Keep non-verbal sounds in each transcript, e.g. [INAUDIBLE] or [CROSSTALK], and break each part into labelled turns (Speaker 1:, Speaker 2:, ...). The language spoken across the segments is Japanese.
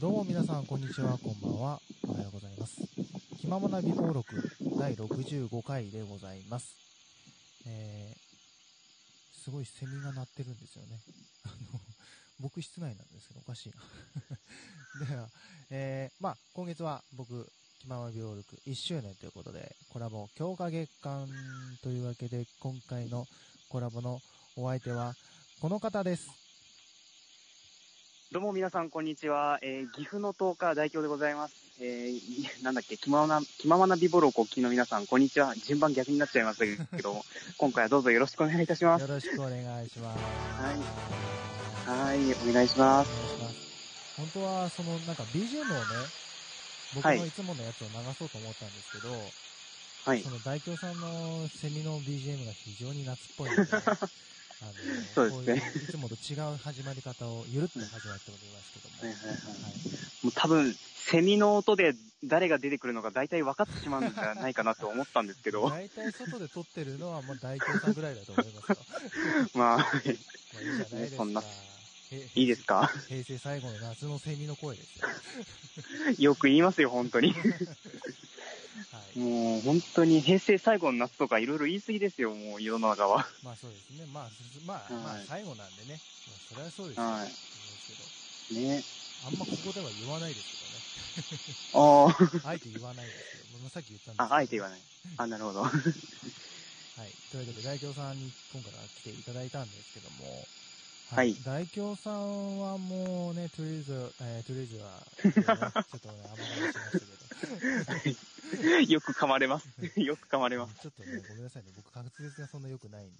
Speaker 1: どうも皆さん、こんにちは、こんばんは。おはようございます。気ままな美登録第65回でございます。えー、すごいセミが鳴ってるんですよね。 [LAUGHS] あの、僕室内なんですけど、おかしいな。で [LAUGHS] は、えー、まあ、今月は僕、気ままな美登録1周年ということで、コラボ強化月間というわけで、今回のコラボのお相手は、この方です。
Speaker 2: どうも皆さん、こんにちは。えー岐阜の10日代表でございます。えー [LAUGHS] なんだっけ、気ままな、気ままな美ボロをお聞きの皆さん、こんにちは。順番逆になっちゃいましたけども、 [LAUGHS] 今回はどうぞよろしくお願いいたします。
Speaker 1: よろしくお願いします。
Speaker 2: はいはい、お願いします。
Speaker 1: お願いします。本当は、その、なんか BGM をね、僕
Speaker 2: は
Speaker 1: の
Speaker 2: い
Speaker 1: いつものやつを流そうと思ったんですけど、
Speaker 2: はい
Speaker 1: そ。の大京さんのセミの BGM が非常に夏っぽい
Speaker 2: [LAUGHS]
Speaker 1: ので、あの、
Speaker 2: そうですね
Speaker 1: こういういつもと違う始まり方を、ゆるっと始まっておりますけども。
Speaker 2: はいはいはい
Speaker 1: い
Speaker 2: もう多分、セミの音で誰が出てくるのか大体分かってしまうんじゃないかなと思ったんですけど、
Speaker 1: 大体外で撮ってるのは、まあ大京さんぐらいだと思いますよ。
Speaker 2: [LAUGHS] まあ、
Speaker 1: まあいいじゃないです
Speaker 2: そ
Speaker 1: か
Speaker 2: んな。
Speaker 1: へ
Speaker 2: いいですか
Speaker 1: 平成最後の夏のセミの声ですよ。
Speaker 2: よく言いますよ、本当に。
Speaker 1: はい。
Speaker 2: もう、本当に平成最後の夏とかいろいろ言い過ぎですよ、もう世の中は。
Speaker 1: まあそうですね。まあ、すまあ、
Speaker 2: はい
Speaker 1: まあ最後なんでね。まあそれはそうですよ。
Speaker 2: は
Speaker 1: 思うんで
Speaker 2: い。
Speaker 1: すけど。
Speaker 2: ね。
Speaker 1: あんまここでは言わないです
Speaker 2: ああ。 [LAUGHS]
Speaker 1: けどね。あえて言わないですけど。まあさっき言ったんですけど。
Speaker 2: あ、あえて言わない。あ、なるほど。 [LAUGHS]
Speaker 1: はい。というわけで、大京さんに今回は来ていただいたんですけども。
Speaker 2: はい
Speaker 1: 大京さんはもうね、とりあえず、えーとりあえずは、えーねちょっとね、甘がみしましたけど。
Speaker 2: よく噛まれます。よく噛まれます。
Speaker 1: ちょっとね、ごめんなさいね。僕、滑舌がそんな良くないんで。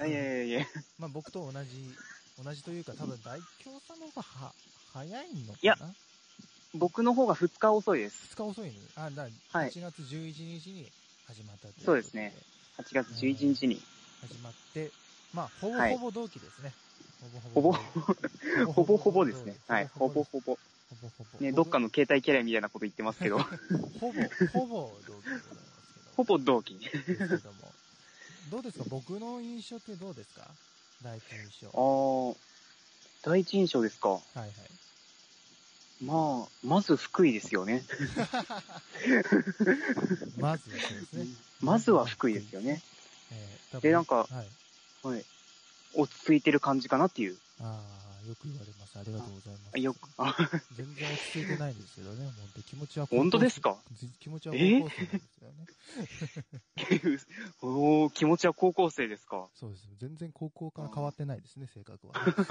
Speaker 1: あ
Speaker 2: い
Speaker 1: の
Speaker 2: やいやいやい
Speaker 1: まあ僕と同じ、同じというか、多分大京さんの方がは、早いのかない
Speaker 2: や僕の方が2日遅いです。
Speaker 1: 2日遅いのに、あ、だから
Speaker 2: はい
Speaker 1: 8月11日に始まったということで、
Speaker 2: そうですね。8月11日に。
Speaker 1: 始まって、まあ、ほぼ
Speaker 2: はい
Speaker 1: ほぼ同期ですね。
Speaker 2: ほ
Speaker 1: ぼ
Speaker 2: ぼ、ほぼほぼですね。はい。ほぼ
Speaker 1: ぼ
Speaker 2: ほ
Speaker 1: 同
Speaker 2: ぼ。
Speaker 1: 期ほぼほぼ。
Speaker 2: ね、どっか
Speaker 1: の。
Speaker 2: の携帯キャリアみたいなこと言ってます
Speaker 1: [LAUGHS]
Speaker 2: けど、
Speaker 1: ほぼ、ほぼ同期でございますけど。
Speaker 2: ほぼ同
Speaker 1: ですけ
Speaker 2: 期。
Speaker 1: ども。どうですか僕の印象ってどうですか第一印象。
Speaker 2: あー、第一印象ですか。
Speaker 1: はいはい。
Speaker 2: まあ、まず福井ですよね。
Speaker 1: まずはそうですね。
Speaker 2: まずは福井ですよね。
Speaker 1: えー多分
Speaker 2: でなんか
Speaker 1: はい。
Speaker 2: はい。落ち着いてる感じかなっていう。
Speaker 1: ああ、よく言われます。ありがとうございま
Speaker 2: あ
Speaker 1: す。
Speaker 2: よく、あ、 [LAUGHS]
Speaker 1: 全然落ち着いてないんですけどね、本当気持ちは
Speaker 2: 本当ですか
Speaker 1: ず気持ちは高校生なんですよね。
Speaker 2: おー、気持ちは高校生ですか。
Speaker 1: そうです。全然高校から変わってないですね、性格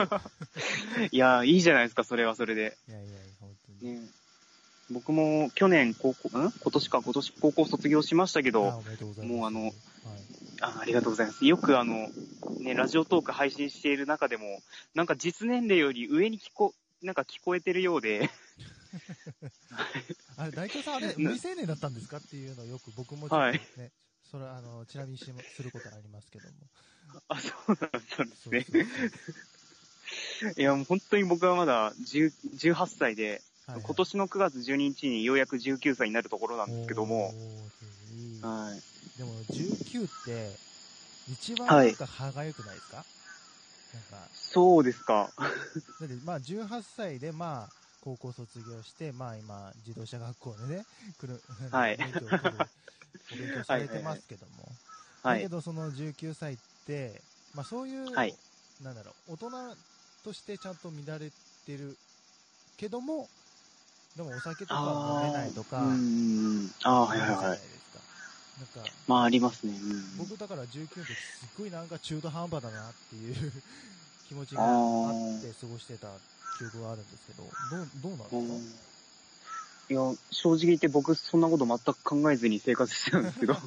Speaker 1: は。
Speaker 2: いやー、いいじゃないですか、それはそれで。
Speaker 1: いやいやいや、本当に。
Speaker 2: ね僕も去年高校、ん今年か今年高校卒業しましたけ
Speaker 1: あ
Speaker 2: ど、
Speaker 1: ーおめでとうございます。
Speaker 2: もうあの
Speaker 1: はい。
Speaker 2: あありがとうございます。よくあの、ね、ラジオトーク配信している中でも、なんか実年齢より上に聞こ、なんか聞こえてるようで、 [LAUGHS]
Speaker 1: あれ、大京さん、あれ、
Speaker 2: な
Speaker 1: 未成年だったんですかっていうのをよく僕もちょっとね、
Speaker 2: はい
Speaker 1: それはあの、ちなみにしますることありますけども。
Speaker 2: あ、そうだったんです
Speaker 1: そう
Speaker 2: ね。
Speaker 1: そうそ
Speaker 2: いや、もう本当に僕はまだ10 18歳で、
Speaker 1: う。はいはい
Speaker 2: 今年の9月12日にようやく19歳になるところなんですけども、
Speaker 1: おーいい
Speaker 2: はい。
Speaker 1: でも、19って、一番
Speaker 2: は
Speaker 1: ないんか歯がゆくないですか、なんか、
Speaker 2: そうですか。
Speaker 1: だって、まあ、18歳で、まあ、高校卒業して、まあ、今、自動車学校でね、 [LAUGHS] 来る、
Speaker 2: はい
Speaker 1: 免許を取る、お勉強されてますけども。
Speaker 2: は
Speaker 1: だけ
Speaker 2: い。
Speaker 1: ど、その19歳って、まあ、そういう、
Speaker 2: はい
Speaker 1: なんだろう、大人としてちゃんと乱れてるけども、でもお酒とかは飲めないとか、あ
Speaker 2: う
Speaker 1: る
Speaker 2: ん。ああ、はい
Speaker 1: じ
Speaker 2: は
Speaker 1: ゃ
Speaker 2: いは
Speaker 1: ない
Speaker 2: い。
Speaker 1: ですか。なんか、
Speaker 2: まあ、ありますね。うん
Speaker 1: 僕だから19の時すっごいなんか中途半端だなっていう [LAUGHS] 気持ちがあって過ごしてた記憶があるんですけど、どう、どうなん
Speaker 2: うん
Speaker 1: です
Speaker 2: いや、正直言って僕そんなこと全く考えずに生活してたんですけ
Speaker 1: [LAUGHS]
Speaker 2: ど、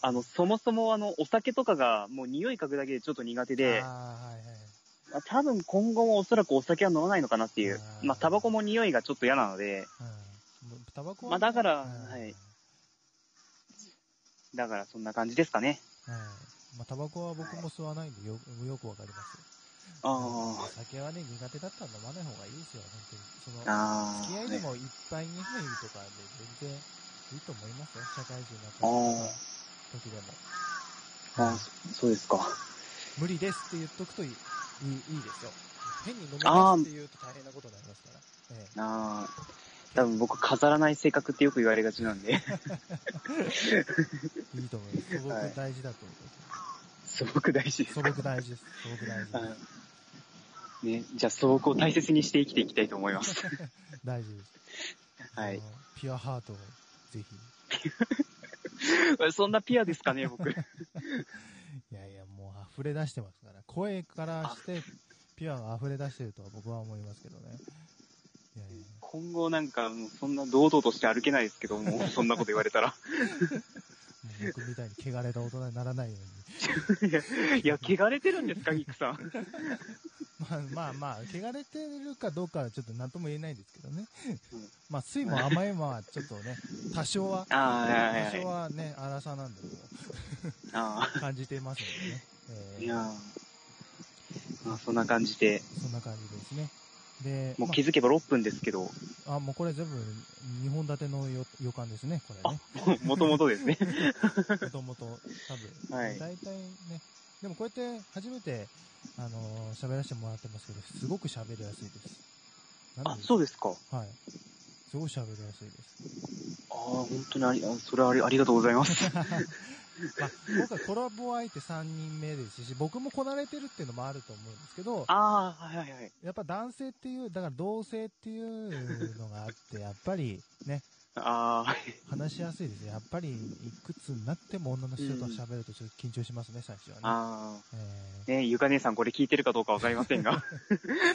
Speaker 2: あの、そもそもあの、お酒とかがもう匂い嗅ぐだけでちょっと苦手
Speaker 1: か
Speaker 2: で、
Speaker 1: ああ、はいはい。
Speaker 2: まあ多分今後もおそらくお酒は飲まないのかなっていう
Speaker 1: あ、ー
Speaker 2: まあ、タバコも匂いがちょっと嫌なので、
Speaker 1: うんもうタバコは、
Speaker 2: まあだから
Speaker 1: うん
Speaker 2: はい
Speaker 1: うん
Speaker 2: だからそんな感じですかね。
Speaker 1: まあタバコは僕も吸わないんでよよくわかりますよ。うんお
Speaker 2: あ
Speaker 1: 酒はね、苦手だったら飲まない方がいいですよ、本当に。
Speaker 2: あ、
Speaker 1: その、付き
Speaker 2: あ
Speaker 1: 合い
Speaker 2: あ、
Speaker 1: で
Speaker 2: ね
Speaker 1: も一杯二杯とかで全然いいと思いますよ、社会人になった
Speaker 2: あ
Speaker 1: 時でも。
Speaker 2: あー、そうですか。
Speaker 1: 無理ですって言っとくといい、いいいいですよ。変に飲みますって言うと大変なことになりますから。ええ
Speaker 2: ああ、多分僕飾らない性格ってよく言われがちなん
Speaker 1: [LAUGHS]
Speaker 2: で、
Speaker 1: いいと思います。素
Speaker 2: はい
Speaker 1: 朴大事だと思います。
Speaker 2: ごく大事です
Speaker 1: 素
Speaker 2: す。
Speaker 1: 朴大事です。素朴大事です。
Speaker 2: はいね、じゃあ素朴を大切にして生きていきたいと思い [LAUGHS] ます。
Speaker 1: 大事です。
Speaker 2: [LAUGHS] はい
Speaker 1: あの。ピュアハートをぜひ。
Speaker 2: そんなピュアですかね、僕。
Speaker 1: いやいや、もう溢れ出してますから。声からして、ピュアが溢れ出してるとは僕は思いますけどね。いやいや。
Speaker 2: 今後なんか、もうそんな堂々として歩けないですけども、そんなこと言われ [LAUGHS] たら。
Speaker 1: もう僕みたいに汚れた大人にならないように。
Speaker 2: いや、いや汚れてるんですか、ギクさん。
Speaker 1: まあまあまあ、汚れてるかどうかはちょっと何とも言えないですけどね
Speaker 2: うん。
Speaker 1: まあ、酸いも甘いもはちょっとね、多少は、
Speaker 2: ああ、はい
Speaker 1: 多
Speaker 2: はい
Speaker 1: 少
Speaker 2: はい。
Speaker 1: はね、荒さなんでも
Speaker 2: あ
Speaker 1: 感じてますのでね。
Speaker 2: あ、
Speaker 1: えー
Speaker 2: いやーまあ、そんな感じで、
Speaker 1: そんな感じですね。で、
Speaker 2: もう気づけば6分ですけど、
Speaker 1: まあ、あもうこれ全部2本立ての予予感ですね、これね。
Speaker 2: [LAUGHS] もともとですね。
Speaker 1: もともと、多分。
Speaker 2: はい
Speaker 1: 大体ね。でもこうやって初めて、あのー喋らせてもらってますけど、すごく喋りやすいです。
Speaker 2: あ、そう
Speaker 1: で
Speaker 2: ですか。
Speaker 1: すはい。すごい喋りやすいです。
Speaker 2: ああ、本当にあり、あそれはありありがとうございます。
Speaker 1: まあ、今回コラボ相手3人目ですし、僕もこなれてるっていうのもあると思うんですけど、
Speaker 2: ああ、はいはいはい。
Speaker 1: やっぱ男性っていう、だから同性っていうのがあっ
Speaker 2: [LAUGHS]
Speaker 1: て、やっぱりね、
Speaker 2: ああ、
Speaker 1: 話しやすいですよ。やっぱり、いくつになっても女の人と喋るとちょっと緊張しますね、最初はね。
Speaker 2: あ
Speaker 1: え
Speaker 2: あ、ね、ゆか姉さんこれ聞いてるかどうかわかりませんが、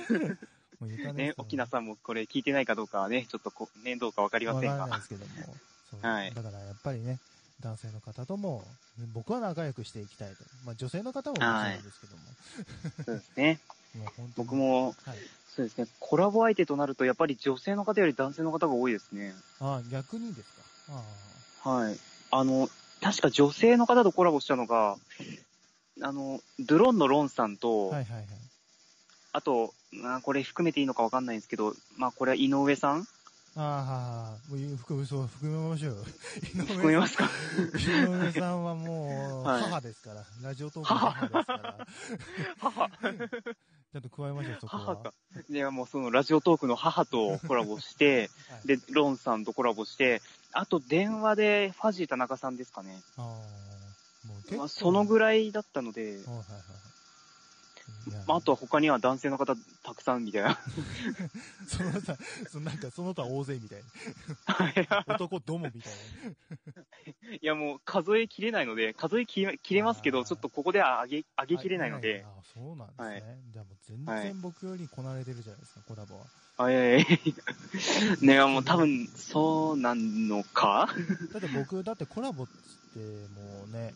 Speaker 1: ー、もう床
Speaker 2: ね、沖縄さんもこれ聞いてないかどうかはね、ちょっとこね、どうかわかりま
Speaker 1: わ
Speaker 2: せん
Speaker 1: からない
Speaker 2: が。
Speaker 1: ですけども。そう
Speaker 2: はい
Speaker 1: だからやっぱりね、男性の方とも、僕は仲良くしていきたいと。まあ女性の方ももちろんなんですけども。
Speaker 2: そうですね。
Speaker 1: もう本当に
Speaker 2: [LAUGHS] 僕。も、
Speaker 1: はい。
Speaker 2: そうですね、コラボ相手となると、やっぱり女性の方より男性の方が多いですね。
Speaker 1: ああ、逆にですか。あ
Speaker 2: はい。あの、確か女性の方とコラボしたのが、あの、ドゥロンのロンさん
Speaker 1: あ。
Speaker 2: と、
Speaker 1: はいはいはい。
Speaker 2: あと、まあ、これ含めていいのかわかんないんですけど、まあ、これは井上さん
Speaker 1: ああ、もう含め、そう、含めましょうよ。
Speaker 2: [LAUGHS] 含めますか
Speaker 1: 井上さんはもう、
Speaker 2: はい
Speaker 1: 母ですから。ラジオトークの母ですから。
Speaker 2: 母
Speaker 1: ちゃんと加えましょう、そこは。
Speaker 2: 母か。で、もうそのラジオトークの母とコラボして、
Speaker 1: はい、
Speaker 2: で、ロンさんとコラボして、あと電話でファジー田中さんですかね。
Speaker 1: ああ、もう結
Speaker 2: ま
Speaker 1: 構。
Speaker 2: あ、そのぐ
Speaker 1: らい。
Speaker 2: らいだったので、
Speaker 1: はいはいはい。いや
Speaker 2: まあ、あとは他には男性の方たくさんみ
Speaker 1: [LAUGHS]
Speaker 2: たいな。
Speaker 1: その他、そのなんかその他大勢みたい
Speaker 2: はい
Speaker 1: な。男どもみたい
Speaker 2: [LAUGHS] いやもう数え切れないので、数え切れ切れますけ
Speaker 1: あ
Speaker 2: ど、
Speaker 1: ー
Speaker 2: ちょっとここでは上げ、上げ
Speaker 1: な。
Speaker 2: きれないので
Speaker 1: あ。、そうなんです
Speaker 2: は
Speaker 1: ね
Speaker 2: い。
Speaker 1: じゃあもう全
Speaker 2: はい
Speaker 1: 然僕よりこなれてるじゃないですか、コラボは。
Speaker 2: あいやいやいや [LAUGHS] ねもう多分、そうなのか
Speaker 1: だって僕、だってコラボっつってもうね、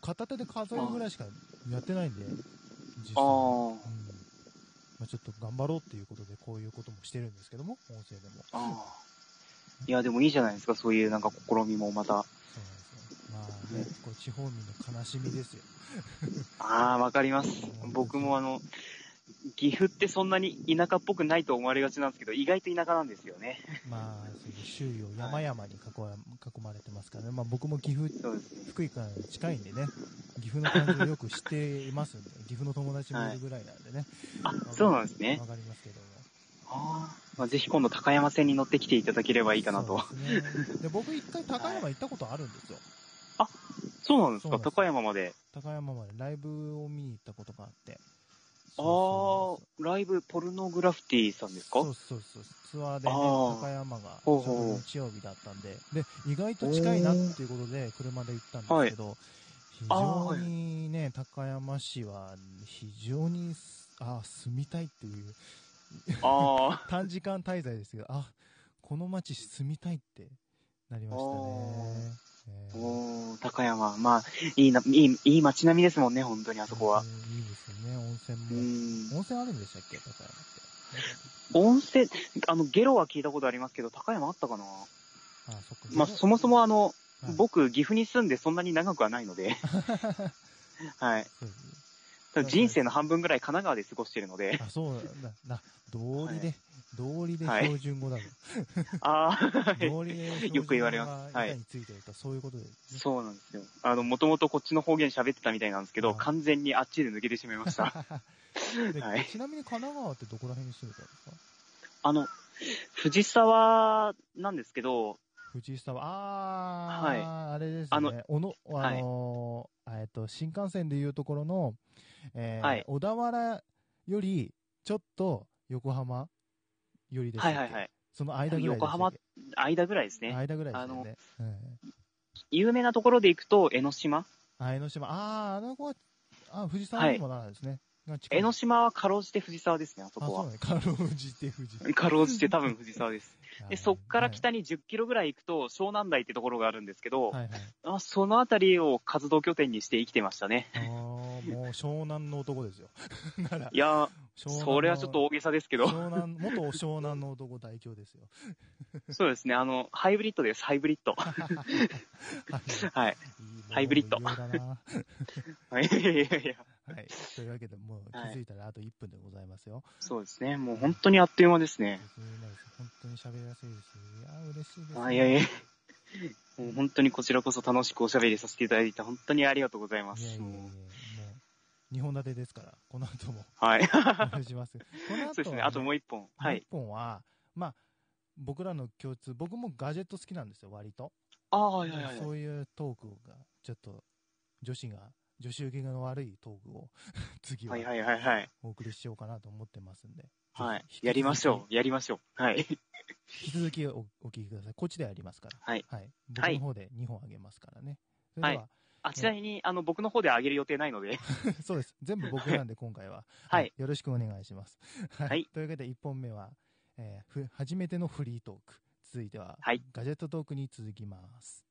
Speaker 1: 片手で数えるぐらいしかやってないんで、実
Speaker 2: あ
Speaker 1: 際。うん
Speaker 2: ー
Speaker 1: まあ、ちょっと頑張ろうっていうことで、こういうこともしてるんですけども、音声でも。
Speaker 2: あー。いや、でもいいじゃないですか、そういうなんか試みもまた。
Speaker 1: そうなんですよ。まあね、こう地方民の悲しみですよ。
Speaker 2: ああ、わかります。僕もあの、岐阜ってそんなに田舎っぽくないと思われがちなんですけど、意外と田舎なんですよね。
Speaker 1: まあ、そういう周囲を山々に囲わ囲まれてますからね。まあ僕も岐阜、
Speaker 2: そうですね。
Speaker 1: 福井から近いんでね、岐阜の感じをよく知っていますんで、岐阜の友達もいるぐらいなんでね。
Speaker 2: あ、そうなんですね。
Speaker 1: わかりますけども。
Speaker 2: あーまあ、ぜひ今度高山線に乗ってきていただければいいかなと。
Speaker 1: そうですね。で、僕一
Speaker 2: [LAUGHS]
Speaker 1: 回高山行ったことあるんですよ。
Speaker 2: そうなんです
Speaker 1: そうな
Speaker 2: か
Speaker 1: んです
Speaker 2: 高山まで。
Speaker 1: 高山までライブを見に行ったことがあって。
Speaker 2: あ
Speaker 1: そう
Speaker 2: あ
Speaker 1: そうそう、
Speaker 2: ライブ、ポルノグラフィティさんですか
Speaker 1: そうそうそう。ツアーで、ね、
Speaker 2: あー
Speaker 1: 高山がち
Speaker 2: ほ
Speaker 1: ょ
Speaker 2: う
Speaker 1: う
Speaker 2: ほう
Speaker 1: ど日曜日だったんで、で、意外と近いなっていうことで車で行ったんですけど、非
Speaker 2: あー
Speaker 1: 常にね、高山市は非常にす、あー、住みたいっていう、
Speaker 2: ああ、
Speaker 1: 短時間滞在ですけど、あ、この街住みたいってなりましたね。えー
Speaker 2: おー高山。まあ、いいな、いい、いい街並みですもんね、本当にあそこは。
Speaker 1: うんいいですよね、温
Speaker 2: う
Speaker 1: 泉も。
Speaker 2: ん。
Speaker 1: 温泉あるんでしたっけ、高山って。
Speaker 2: 温泉、あの、ゲロは聞いたことありますけど、高山あったかな
Speaker 1: あ、そっか。
Speaker 2: まあ、そもそもあの、
Speaker 1: はい
Speaker 2: 僕、岐阜に住んでそんなに長くはないので、はい。
Speaker 1: [LAUGHS] そうです
Speaker 2: ただ人生の半分ぐらい神奈川で過ごしてるので、
Speaker 1: あ、そうなんだ。な、道理で、道理で標準語だぞ。
Speaker 2: ああ、
Speaker 1: 道理で標準語
Speaker 2: よく言われます
Speaker 1: が
Speaker 2: はい
Speaker 1: 板についてると、そういうことです、ね。
Speaker 2: そうなんですよ。あの、もともとこっちの方言喋ってたみたいなんですけど、
Speaker 1: はい
Speaker 2: 完全にあっちで抜けてしまいました。
Speaker 1: [LAUGHS] で
Speaker 2: はい
Speaker 1: ちなみに神奈川ってどこら辺に住んでたんですか
Speaker 2: あの、藤沢なんですけど、
Speaker 1: 藤沢、あー、あれですね。あ
Speaker 2: あ
Speaker 1: の
Speaker 2: の、
Speaker 1: おの、あのーえっと、新幹線でいうところの、えー
Speaker 2: はい
Speaker 1: 小田原より、ちょっと横浜よりです
Speaker 2: はいはいはい。
Speaker 1: その間ぐらいでしたっけ
Speaker 2: 横浜間ぐらいですね。
Speaker 1: 間ぐらいですよね。うん
Speaker 2: 有名なところで行くと、江ノ島。
Speaker 1: あ江ノ島、あー、あの子は、あ、藤沢にもならないですね。が近い
Speaker 2: 江ノ島はかろうじて藤沢ですね、あそ
Speaker 1: あ、
Speaker 2: こ
Speaker 1: そう
Speaker 2: は。
Speaker 1: ね。かろうじて藤沢。
Speaker 2: かろうじて多分藤沢です。
Speaker 1: はい
Speaker 2: [LAUGHS] で、そっから北に10キロぐらい行くと、湘南台ってところがあるんですけど、
Speaker 1: はいはい。
Speaker 2: あそのあたりを活動拠点にして生きてましたね。
Speaker 1: あーもう湘南の男ですよ。なら
Speaker 2: い、や
Speaker 1: 湘南
Speaker 2: ー、
Speaker 1: の
Speaker 2: それはちょっと大げさですけど、
Speaker 1: 湘南、元湘南の男代表ですよ。
Speaker 2: そうですね、あの、ハイブリッドです、ハイブリッ [LAUGHS] ド。はい。 [LAUGHS] ハイブリッド
Speaker 1: いいものを言うようだな
Speaker 2: いやいやいや、
Speaker 1: はい。というわけで、もう気づいたらあと1分でございますよ。
Speaker 2: そうですね、もう本当にあっという間ですね。
Speaker 1: 別にないです。本当に喋りやすいです。いやー、嬉しいです、
Speaker 2: あいやいや。もう本当にこちらこそ楽しくおしゃべりさせていただいて、本当にありがとうございま
Speaker 1: いやいやい
Speaker 2: す。
Speaker 1: や、も
Speaker 2: も
Speaker 1: う、2本立てですから、この後
Speaker 2: [LAUGHS]
Speaker 1: も
Speaker 2: うはい。そ
Speaker 1: お願いします。この後は、
Speaker 2: うですね、あともう一本。はい
Speaker 1: 1。本は、まあ、僕らの共通、僕もガジェット好きなんですよ、割と。
Speaker 2: ああ、はいはいはい。
Speaker 1: そういうトークが、ちょっと、女子が、女子受けの悪いトークを、 [LAUGHS] 次は
Speaker 2: はいはいはいはい。
Speaker 1: お送りしようかなと思ってますんで。
Speaker 2: はい
Speaker 1: ぜひ。
Speaker 2: やりましょう。やりましょう。はい。
Speaker 1: 引き続き。引き続きおお聞きください。こっちでやりますから。
Speaker 2: はい。
Speaker 1: 僕の方で2本あげますからね。それでは、
Speaker 2: あ、ちなみに、あの、僕の方で上げる予定ないので。
Speaker 1: [LAUGHS] そうです。全部僕なんで今回は。
Speaker 2: はい。
Speaker 1: よろしくお願いします。はい。
Speaker 2: はい
Speaker 1: というわけで1本目は、えーふ初めてのフリートーク。続いては、
Speaker 2: はい
Speaker 1: ガジェットトークに続きます。